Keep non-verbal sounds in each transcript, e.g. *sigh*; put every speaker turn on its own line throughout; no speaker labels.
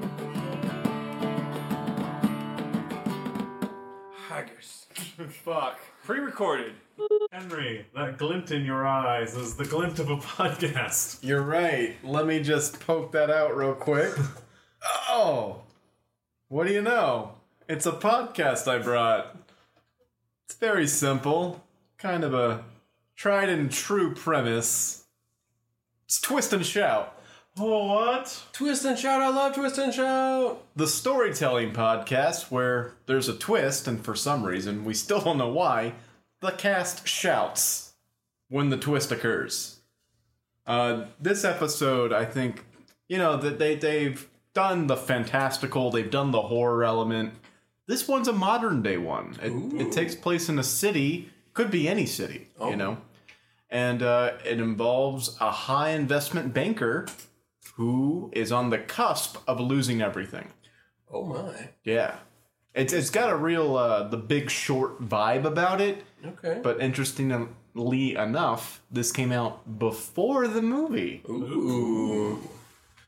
*laughs*
Fuck. Pre-recorded.
Henry, that glint in your eyes is the glint of a *laughs* podcast.
You're right. Let me just poke that out real
*laughs*
quick. oh, what do you know? It's a podcast I brought. It's very simple, kind of a tried and true premise. It's twist and shout.
Oh, what?
Twist and shout, I love twist and shout. The storytelling podcast where there's a twist, and for some reason, we still don't know why, the cast shouts when the twist occurs. Uh, this episode, I think, you know, that they, they've done the fantastical, they've done the horror element. This one's a modern day one. It, it takes place in a city, could be any city, you know. And uh, it involves a high investment banker who is on the cusp of losing everything.
Oh my.
Yeah. It's, it's got a real uh, the big short vibe about it,
Okay.
but interestingly enough, this came out before the movie,
Ooh.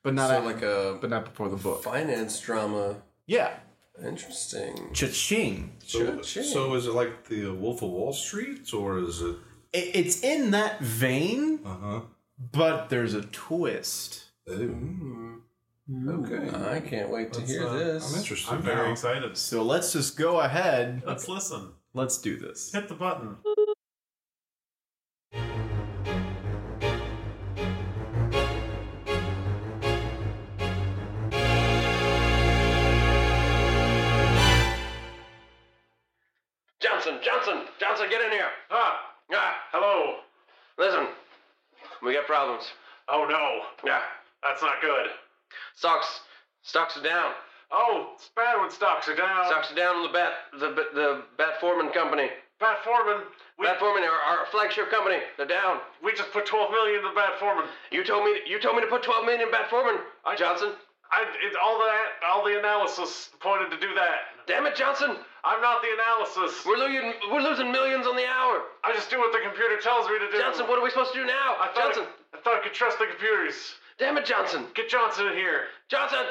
but not
Sound like a
but not before the book.
finance drama.
Yeah,
Interesting.
cha-ching.
So,
Cha-ching.
so is it like the Wolf of Wall Street, or is it?
It, it's in that vein,
Uh huh.
but there's a twist.
Okay.
I can't wait to
That's,
hear
uh,
this.
hmm, I'm interested.
I'm very
now.
excited.
So let's just go ahead.
Let's listen.
Let's do this.
Hit the button.
Johnson, Johnson, Johnson, get in here. Ah, ah, hello. Listen, we got problems.
Oh no,
Yeah,
that's not good.
stocks, stocks are down.
Oh, it's bad when stocks are down.
Stocks are down on the Bat, the the Bat Foreman company.
Bad Foreman, we,
Bat Foreman, our, our flagship company, they're down.
we just put 12 million in the Bad Foreman.
You told me, you told me to put 12 million in Bat Foreman, Johnson.
I, it, all that, all the analysis pointed to do that.
Damn it, Johnson,
I'm not the analysis.
we're losing, we're losing millions on the hour.
I just do what the computer tells me to do.
Johnson, what are we supposed to do now?
I thought
Johnson,
I, I thought I could trust the computers.
damn it, Johnson,
Get Johnson in here. *laughs*
Johnson,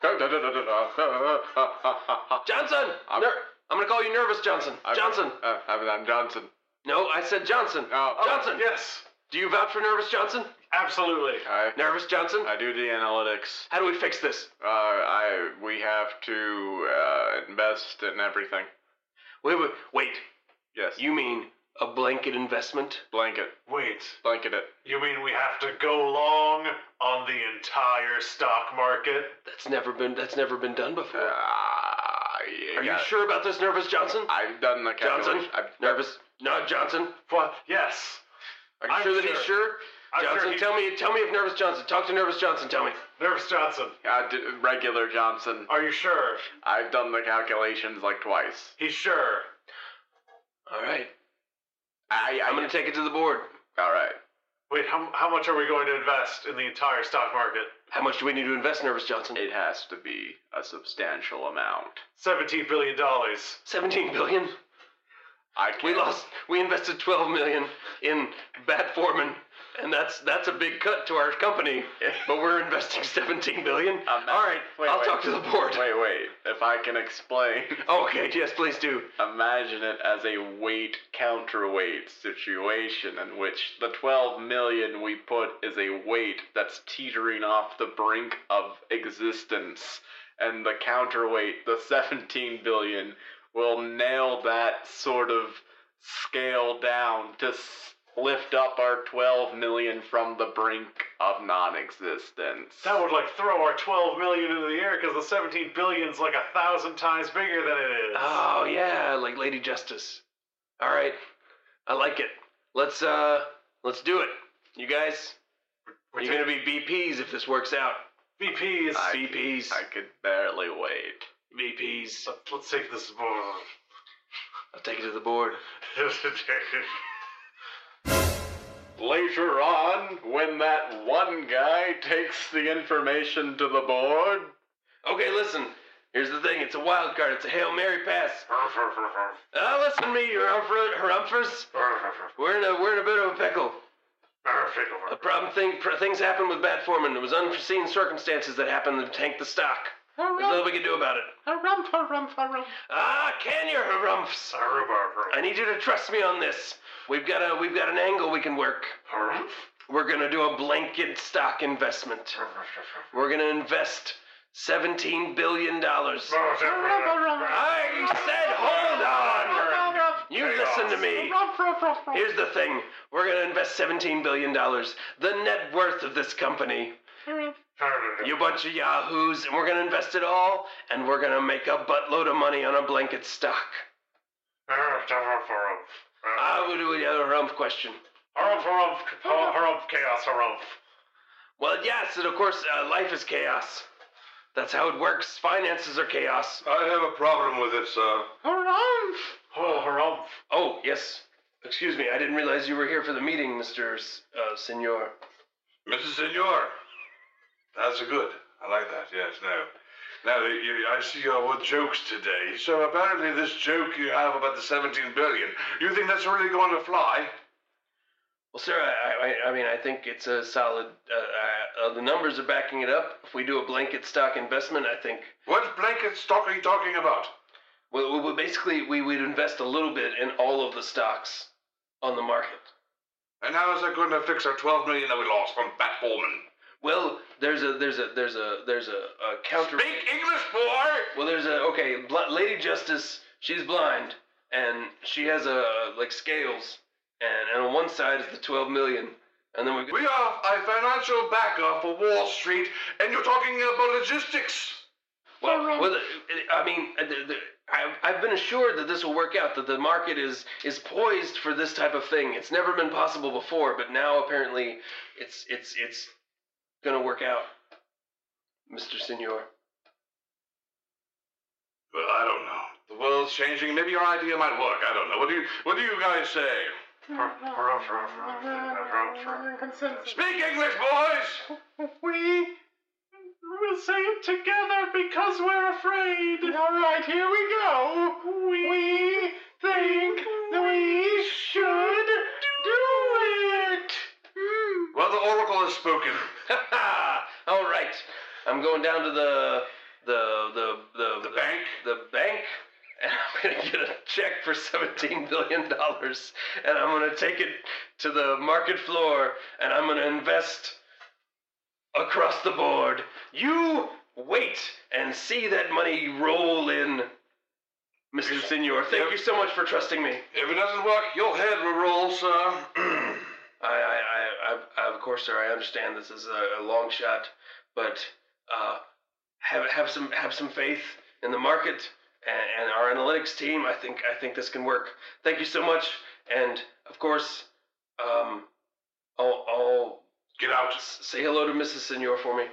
Johnson. I'm, ner- I'm gonna call you nervous, Johnson. Johnson.
I'm Johnson.
No, I said Johnson.
Oh.
Johnson.
Yes,
Do you vouch for Nervous Johnson?
absolutely.
Nervous Johnson?
I do the analytics.
How do we fix this?
Uh, I we have to uh, invest in everything.
Wait, wait, wait.
Yes.
You mean a blanket investment?
blanket
Wait,
blanket it.
you mean we have to go long on the entire stock market?
That's never been that's never been done before.
Ah, yeah.
Are you sure about this, Nervous Johnson?
I've done the
Johnson?
calculation. I've,
Nervous? No, Johnson.
What? Yes.
Are you
I'm
sure that he's
sure.
sure?
I'm sure
Johnson,
he-
tell me tell me if Nervous Johnson. Talk to Nervous Johnson, tell me.
Nervous Johnson,
I did- regular Johnson.
are you sure?
I've done the calculations like twice.
He's sure.
Alright.
I, I
I'm gonna take it to the board.
all right.
Wait, how, how much are we going to invest in the entire stock market?
How much do we need to invest, Nervous Johnson?
It has to be a substantial amount.
$17 billion.
Seventeen billion?
I can't,
We lost we invested twelve million in Bat Foreman. And that's that's a big cut to our company. But we're investing seventeen billion.
I'm not-
All right,
wait,
I'll
wait.
talk to the board.
Wait, wait. If I can explain,
Okay, yes, please do.
imagine it as a weight counterweight situation in which the 12 million we put is a weight that's teetering off the brink of existence, and the counterweight, the 17 billion, will nail that sort of scale down to s- lift up our 12 million from the brink of non-existence.
That would like throw our 12 million into the air because the 17 billion's like a thousand times bigger than it is.
Oh yeah, like Lady Justice. All right, I like it. Let's uh, let's do it. You guys,
We're
you're gonna be BPs if this works out.
VPs.
I-
BPs,
I could barely wait.
BPs.
Let- Let's take this board.
I'll take it to the board.
Later on, when that one guy takes the information to the board,
Okay, listen. Here's the thing. It's a wild card. It's a hail mary pass. Ah, listen to me, you Humphrey- Humphrey's. We're in a we're in a bit of a pickle. A problem thing. pr- Things happen with Bat Foreman. There was unforeseen circumstances that happened that tanked the stock. There's nothing we can do about it.
Harumph, harumph, harumph.
Ah, can you, Harumph? I need you to trust me on this. We've got a we've got an angle we can work. We're gonna do a blanket stock investment. We're gonna invest seventeen billion dollars. I said, hold on. You listen to me. Here's the thing. We're gonna invest seventeen billion dollars, the net worth of this company. You bunch of yahoos, and we're gonna invest it all, and we're gonna make a buttload of money on a blanket stock. I would do a Harumph question.
Harumph, harumph, harumph, chaos, harumph.
Well, yes, and of course, uh, life is chaos. That's how it works. Finances are chaos.
I have a problem with it, sir.
Harumph!
Oh, harumph.
Oh, yes. Excuse me, I didn't realize you were here for the meeting, Mr. S- Uh, Senor.
Mrs. Senor. That's good. I like that. Yes, no. Now, you, you- I see your what jokes today. So apparently this joke you have about the 17 billion, you think that's really going to fly?
Well, sir, I, I, I mean, I think it's a solid. Uh, uh, the numbers are backing it up. If we do a blanket stock investment, I think.
What blanket stock are you talking about?
Well, we, we basically, we would invest a little bit in all of the stocks on the market.
And how is that going to fix our 12 million that we lost from Bat Foreman?
Well, there's a there's a there's a there's a, a counter.
Speak English, boy!
Well, there's a okay. Bl- Lady Justice, she's blind, and she has a like scales, and, and on one side is the twelve million, and then we've got
We are a financial backer for Wall Street, and you're talking about logistics.
well, well it- I mean, uh, the, the, I, I've been assured that this will work out. That the market is is poised for this type of thing. It's never been possible before, but now apparently, it's it's it's gonna work out, Mister Senor.
Well, I don't know. The world's changing. Maybe your idea might work. I don't know. What do you What do you guys say? Speak English, boys.
We will say it together because we're afraid. All right, here we go. We, think we should do it. Hmm.
Well, the oracle has spoken.
*laughs* All right, I'm going down to the the the the
The bank.
the bank, and I'm gonna get a check for seventeen billion dollars, and I'm gonna take it to the market floor, and I'm gonna invest across the board. You wait and see that money roll in, Mister Senor. Thank you so much for trusting me.
If it doesn't work, your head will roll, sir. *clears throat*
I, I, I, I, I of course, sir. I understand this is a, a long shot, but uh, have have some have some faith in the market and, and our analytics team. I think I think this can work. Thank you so much, and of course, um, I'll, I'll
Get out.
s- say hello to Mrs. Senor for me.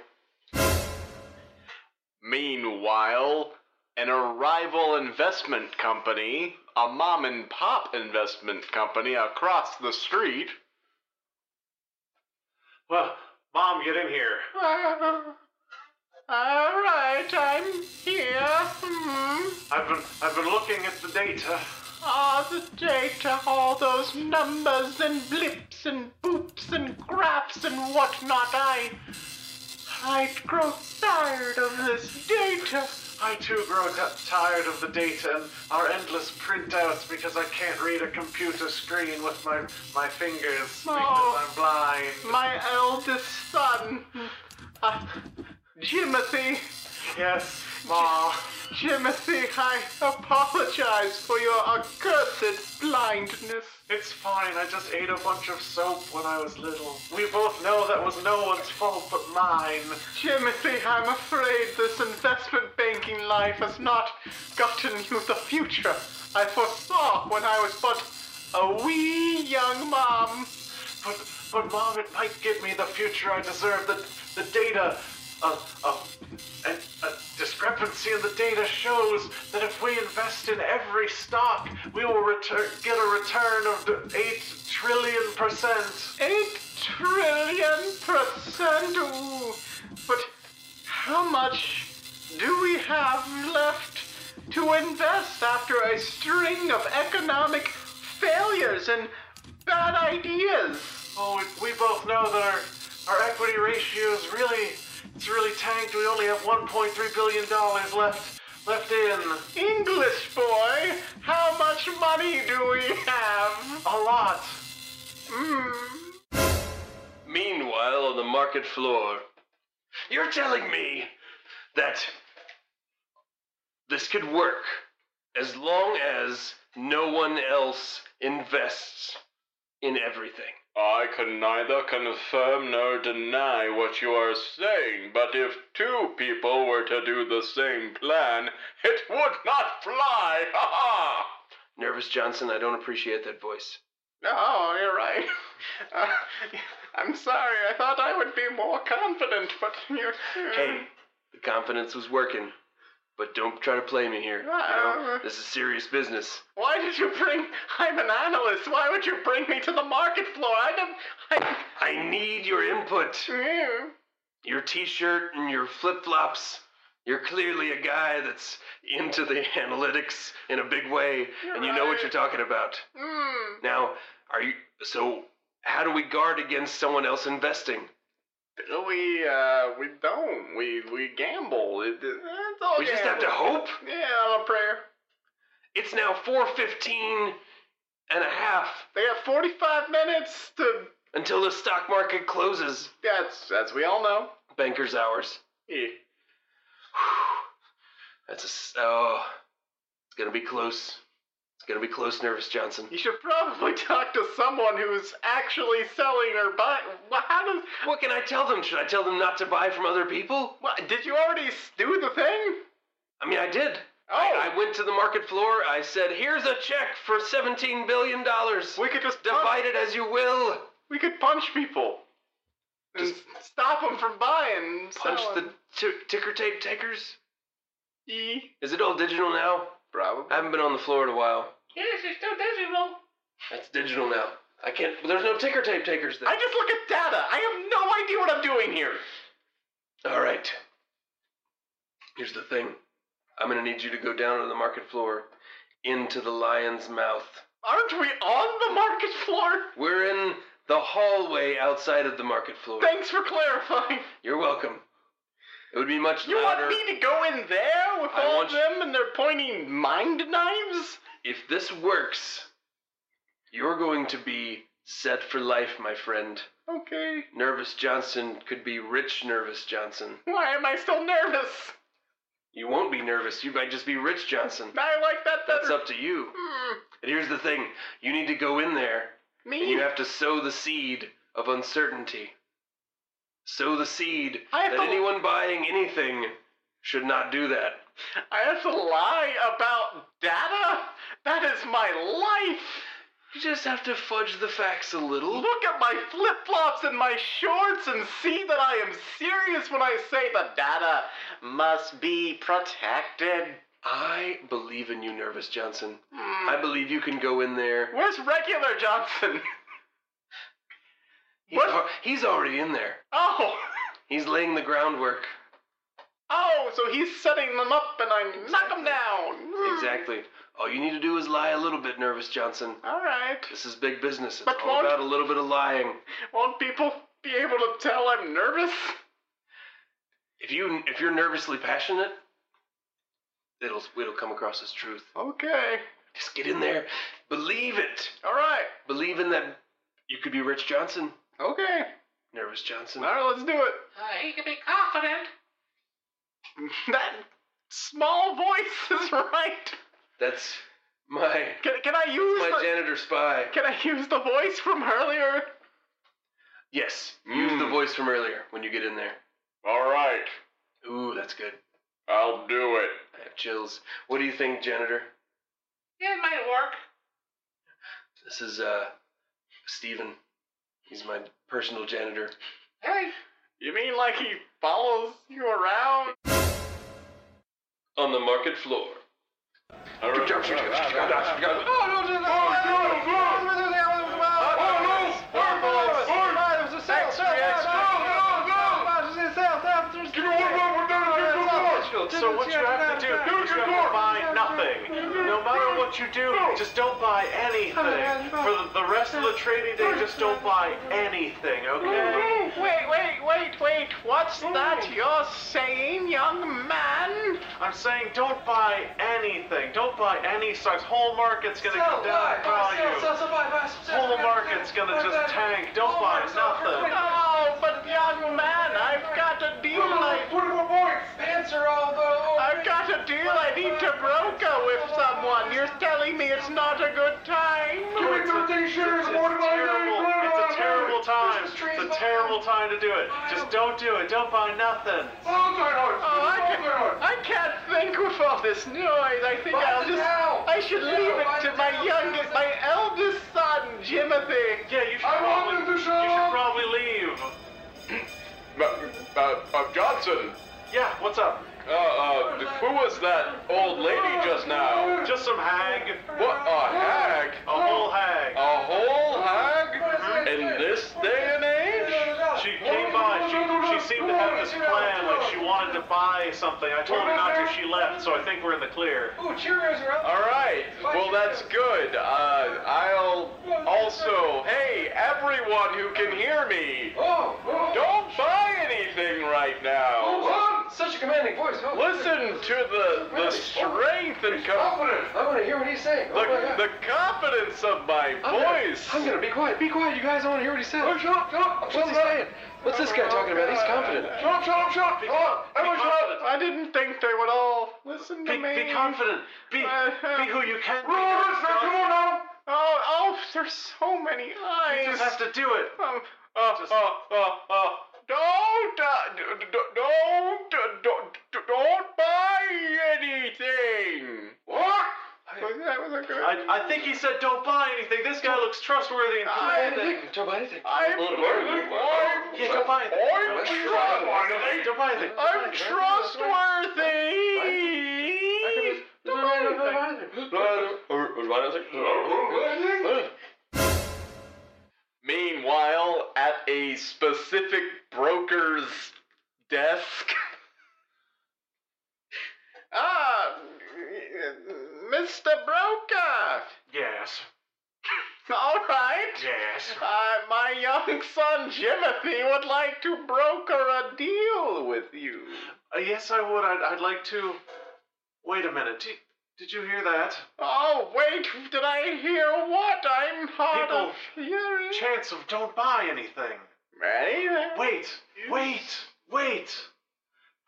Meanwhile, an arrival investment company, a mom and pop investment company across the street,
Well, Mom, get in here.
All right, I'm here. Hmm.
I've been I've been looking at the data.
All Ah, the data, all those numbers and blips and boops and graphs and whatnot. I, I grow tired of this data.
I too grow t- tired of the data and our endless printouts because I can't read a computer screen with my my fingers because I'm blind.
Oh, My eldest son, uh, Jimothy.
Yes, Ma.
Jimothy, I apologize for your accursed blindness.
It's fine. I just ate a bunch of soap when I was little. We both know that was no one's fault but mine.
Timothy, I'm afraid this investment banking life has not gotten you the future I foresaw when I was but a wee young mom.
But but mom, it might give me the future I deserve. The the data, a a, a, a discrepancy in the data shows that if we invest in every stock, we will return get a return of the eight trillion percent.
Eight trillion percent. Ooh. But how much do we have left to invest after a string of economic failures and bad ideas?
Oh, we, we both know that our our equity ratio is really It's really tanked. We only have 1.3 billion dollars left left in.
English boy, how much money do we have?
A lot.
Hmm. Meanwhile, on the market floor, you're telling me that this could work as long as no one else invests in everything.
I can neither confirm nor deny what you are saying, but if two people were to do the same plan, it would not fly! Ha ha!
Nervous Johnson, I don't appreciate that voice.
No,
*laughs*
you're right. Uh, I'm sorry, I thought I would be more confident, but you. Mm-hmm.
Hey, the confidence was working, but don't try to play me here. You know, this is serious business.
Uh-huh. Why did you bring. I'm an analyst. Why would you bring me to the market floor? I don't. I.
I need your input. Your t-shirt and your flip-flops. You're clearly a guy that's into the analytics in a big way, and you know what you're talking about.
Hmm.
Now, are you? So, how do we guard against someone else investing?
We, uh, we don't. We, we gamble. It, it's all
We just have to
gamble.
hope.
Yeah, on a prayer.
It's now 4:15 and a half
They got 45 minutes to.
until the stock market closes.
That's, as we all know.
Banker's hours.
Yeah.
*sighs* That's a s oh, it's gonna be close. It's gonna be close, Nervous Johnson.
You should probably *laughs* talk to someone who's actually selling or buying. How does?
What can I tell them? Should I tell them not to buy from other people?
What, did you already s- do the thing?
I mean, I did.
Oh.
I, I went to the market floor. I said, "Here's a check for seventeen billion dollars.
We could just punch,
Divide it as you will.
We could punch people. And stop them from buying. and
Punch
selling.
uh,
the t- ticker tape takers.
E.
Is it all digital now?
Probably.
I haven't been on the floor in a while. Yes, it's still digital. That's digital now. I can't. There's no ticker tape takers then.
I just look at data. I have no idea what I'm doing here.
All right. Here's the thing. I'm gonna need you to go down to the market floor, into the lion's mouth.
Aren't we on the market floor?
We're in the hallway outside of the market floor.
Thanks for clarifying.
You're welcome. It would be much
You
louder
want me to go in there with
I
all
want
of them and their pointy mind knives?
if this works. You're going to be set for life, my friend.
Okay.
Nervous Johnson could be rich Nervous Johnson.
Why am I still nervous?
You won't be nervous. You might just be rich Johnson.
I like that better.
That's up to you.
Mm,
And here's the thing. You need to go in there And
me?
you have to sow the seed of uncertainty. Sow the seed
I
that
have to-
anyone buying anything should not do that.
I have to lie about data? That is my life.
You just have to fudge the facts a little.
Look at my flip flops and my shorts and see that I am serious when I say the data must be protected.
I believe in you, Nervous Johnson.
Mm.
I believe you can go in there.
Where's regular Johnson? *laughs*
He's,
What?
al- he's already in there.
Oh,
He's laying the groundwork.
oh, so he's setting them up and I knock them down. Mm.
Exactly. All you need to do is lie a little bit, Nervous Johnson.
All right.
This is big business. It's
But
all
won't-
about a little bit of lying.
Won't people be able to tell I'm nervous?
If you if you're nervously passionate, it'll it'll come across as truth.
Okay.
Just get in there. Believe it.
All right.
Believe in that you could be Rich Johnson,
Okay.
Nervous Johnson.
All right, let's do it. he can be confident. That small voice is right.
That's my
Can, can I use
my
the,
janitor spy.
Can I use the voice from earlier? Hmm.
Yes, use the voice from earlier when you get in there.
All right.
Ooh, that's good.
I'll do it.
I have chills. What do you think, janitor?
It might work.
This is uh Steven. He's my personal janitor.
Hey,
You mean like he follows you around?
On the market floor.
So what you have to do is you have to buy nothing. No matter what you do, just don't buy anything. For the- the rest of the trading day, just don't buy anything, okay?
wait, wait, wait, wait. What?
What's that you're saying, young man?
I'm saying don't buy anything. Don't buy any stocks. Whole market's gonna come down in value. Whole market's gonna just tank. Don't buy nothing.
Oh, but young man, I've got a deal. I,
What are my boys?
pants are all I've got a deal I need to broker with someone. You're telling me it's not a good time.
Doing something sure is
It's
more than I
terrible. It's a terrible time. It's a terrible time to do it. Just don't do it. Don't buy nothing.
Oh, I, can, I can't think with all this noise. I think I'll just. I should leave it to my youngest, my eldest son, Jimothy.
Yeah, you should probably, you should probably leave.
Uh, uh, uh, Johnson,
Yeah, what's up?
uh, uh, who was that old lady just now?
Just some hag.
What a hag!
A whole hag.
A whole hag? In this day and age?
She came by. She she seemed to have this plan, like she wanted to buy something. I told her not to. She left, so I think we're in the clear.
Alright, well that's good. Uh, I'll also, hey, everyone who can hear me,
Oh,
don't buy anything right now.
oh. Such a commanding voice. Oh,
Listen to the, the strength and com-
I want to hear what he's saying. Oh
the, the confidence of my voice.
I'm gonna be quiet. Be quiet, you guys. I want to hear what he says. shut up, shut up. What's he saying? What's this guy talking about? He's confident.
Shut up, shut up, shut up! Shut up! Everyone shut up!
Oh, I didn't think they would
Oh,
all listen to
Be,
me.
be confident. Be be who you can.
Come
Be.
on, let's go, Come on now!
Oh, oh, there's so many eyes.
You just have to do it.
Um,
Uh, uh, uh, uh, don't, uh, d- d- don't, uh, don't, don't buy anything. What?
was that was a good.
I, I think he said don't buy anything. This guy looks trustworthy and cool.
Anything. Don't buy anything.
I'm,
I'm,
Yeah, don't buy anything.
I'm trustworthy.
Don't buy anything.
I'm trustworthy.
Don't buy anything. Don't buy anything.
uh,
Oh, Meanwhile, at a specific broker's desk.
*laughs* ah, Mr. Broker.
Yes.
All right.
Yes.
Uh, my young son Jimothy would like to broker a deal with you.
Uh, yes, I would. I'd, I'd like to. Wait a minute. Did, did you hear that?
Oh wait, did I hear what? I'm hard
People-
of hearing.
Chance of don't buy anything.
Anything?
Wait, wait, wait.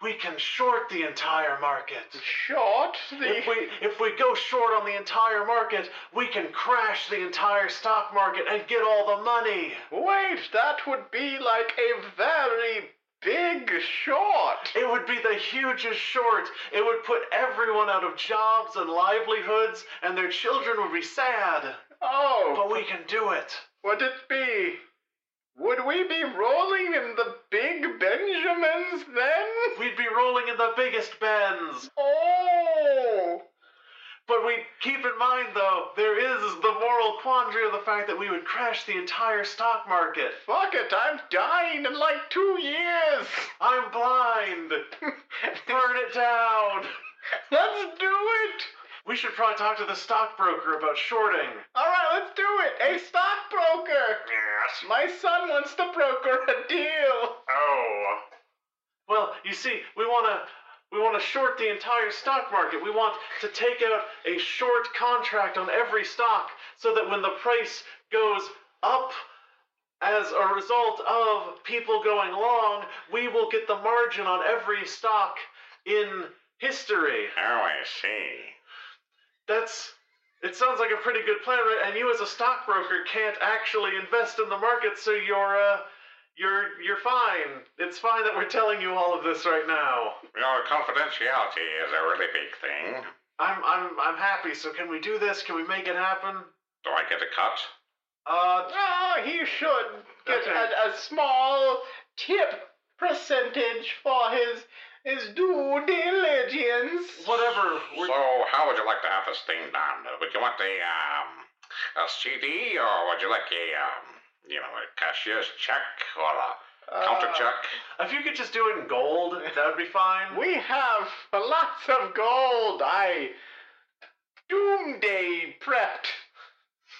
We can short the entire market.
Short
If
the.
we if we go short on the entire market, we can crash the entire stock market and get all the money.
Wait, that would be like a very big short.
It would be the hugest short. It would put everyone out of jobs and livelihoods, and their children would be sad.
Oh,
But we can do it.
would it be? Would we be rolling in the big Benjamins then?
We'd be rolling in the biggest bends.
Oh,
But we keep in mind, though, there is the moral quandary of the fact that we would crash the entire stock market.
fuck it, I'm dying in like two years. *laughs*
I'm blind. Burn it down.
Let's do it.
We should probably talk to the stockbroker about shorting.
All right, let's do it. Hey, stockbroker. Yes. My son wants to broker a deal.
Oh. Well, you see, we want to we want to short the entire stock market. We want to take out a short contract on every stock so that when the price goes up as a result of people going long, we will get the margin on every stock in history.
Oh, I see.
That's it sounds like a pretty good plan, right? And you as a stockbroker can't actually invest in the market, so you're uh you're you're fine. It's fine that we're telling you all of this right now.
Your confidentiality is a really big thing.
I'm I'm I'm happy, so can we do this? Can we make it happen?
Do I get a cut?
Uh
Oh, he should get
Okay.
a, a small tip percentage for his his due diligence.
whatever. We're,
So, how would you like to have this thing done? Would you want a um a CD, or would you like a um you know a cashier's check or a
Uh,
counter check?
if you could just do it in gold, that would be fine.
*laughs* We have lots of gold. I doomsday
*laughs*
prepped.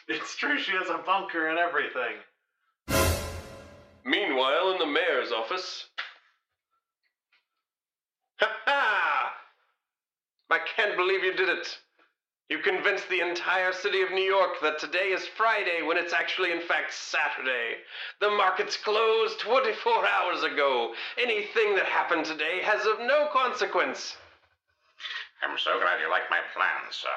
It's true she has a bunker and everything.
Meanwhile, in the mayor's office,
Oh,
I can't believe you did it. You convinced the entire city of New York that today is Friday when it's actually, in fact, Saturday. The markets closed 24 hours ago. Anything that happened today has of no consequence.
I'm so glad you like my plan, sir.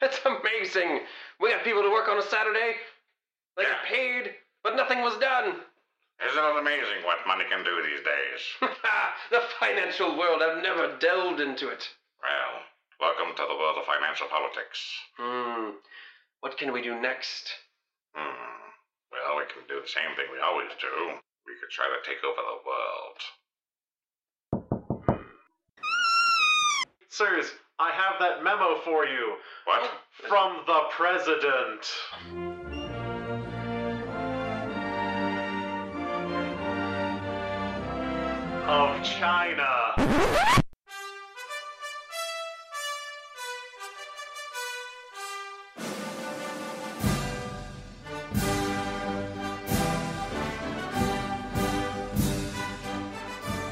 That's amazing. We got people to work on a Saturday. They got paid, but nothing was done. *laughs*
Isn't it amazing what money can do these days?
the financial world, I've never delved into it.
Well, welcome to the world of financial politics.
Hmm. What can we do next?
Hmm. Well, we can do the same thing we always do. We could try to take over the world.
Sirs, I have that memo for you.
What?
From the president. Of China.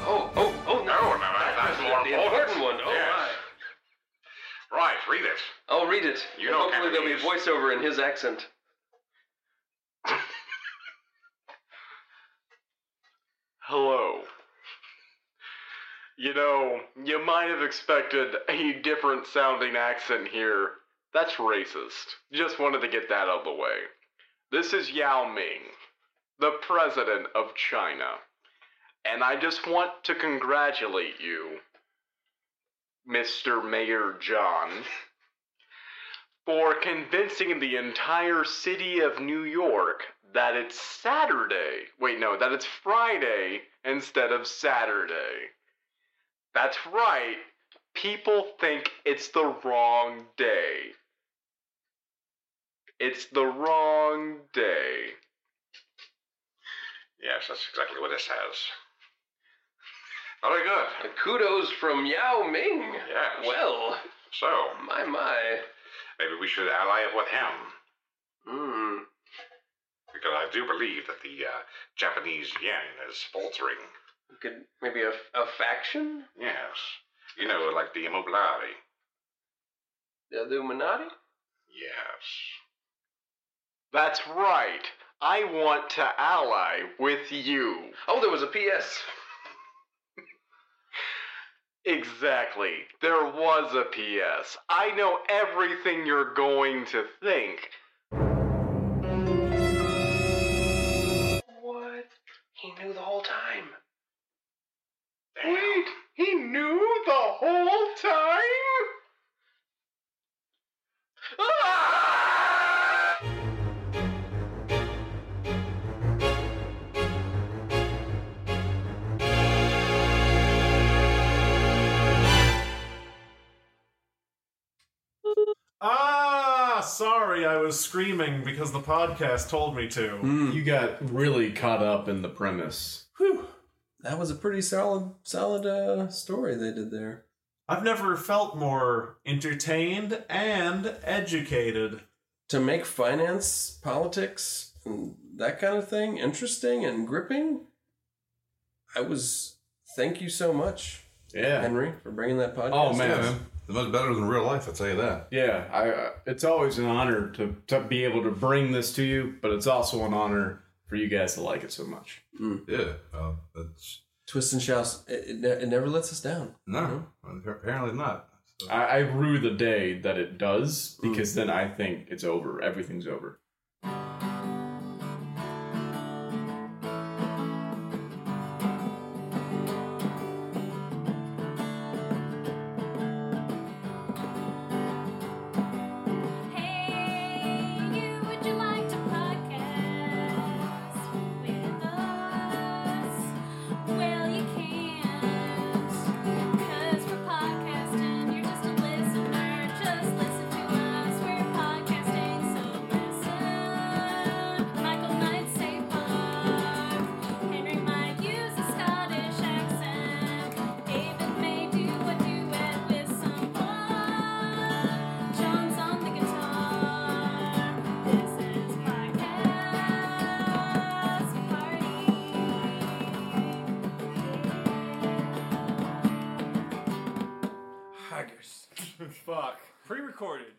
Oh, oh, oh, no.
No, no, that- that's more
the
important.
important one. Oh,
Yes.
my.
Right, read it.
I'll read it.
You
And
know
hopefully there'll be a
Cantonese.
voiceover in his accent.
Hello. You know, you might have expected a different sounding accent here. That's racist. Just wanted to get that out of the way. This is Yao Ming, the president of China. And I just want to congratulate you, Mr. Mayor John, for convincing the entire city of New York that it's Saturday. Wait, no, that it's Friday instead of Saturday. That's right. People think it's the wrong day. It's the wrong day.
Yes, that's exactly what it says. Very good.
Kudos from Yao Ming.
Yes.
Well,
So,
my, my.
maybe we should ally up with him.
Hmm.
Because I do believe that the uh, Japanese yen is faltering.
Could maybe a, a faction?
Yes. You know, like the Immobiliari.
The Illuminati?
Yes.
That's right. I want to ally with you.
Oh, there was a PS.
Exactly. There was a PS. I know everything you're going to think.
What? He knew the whole time.
Wait, he knew the whole time?
Ah, sorry, I was screaming because the podcast told me to.
You got really caught up in the premise.
That was a pretty solid, solid uh, story they did there.
I've never felt more entertained and educated.
To make finance, politics, and that kind of thing interesting and gripping. I was. Thank you so much.
Yeah.
Henry, for bringing that podcast.
Oh man,
to us.
it's much better than real life. I'll tell you that. Yeah, I. I- It's always an honor to to be able to bring this to you, but it's also an honor for you guys to like it so much.
Yeah, uh, that's
Twist and shouts. It, it, ne- it never lets us down.
no, apparently not.
I, I rue the day that it does because then I think it's over. Everything's over.
Would you like to podcast with us? Well, you can't, 'cause we're podcasting. You're just a listener. Just listen to us. We're podcasting, so listen.
Fuck. Pre-recorded.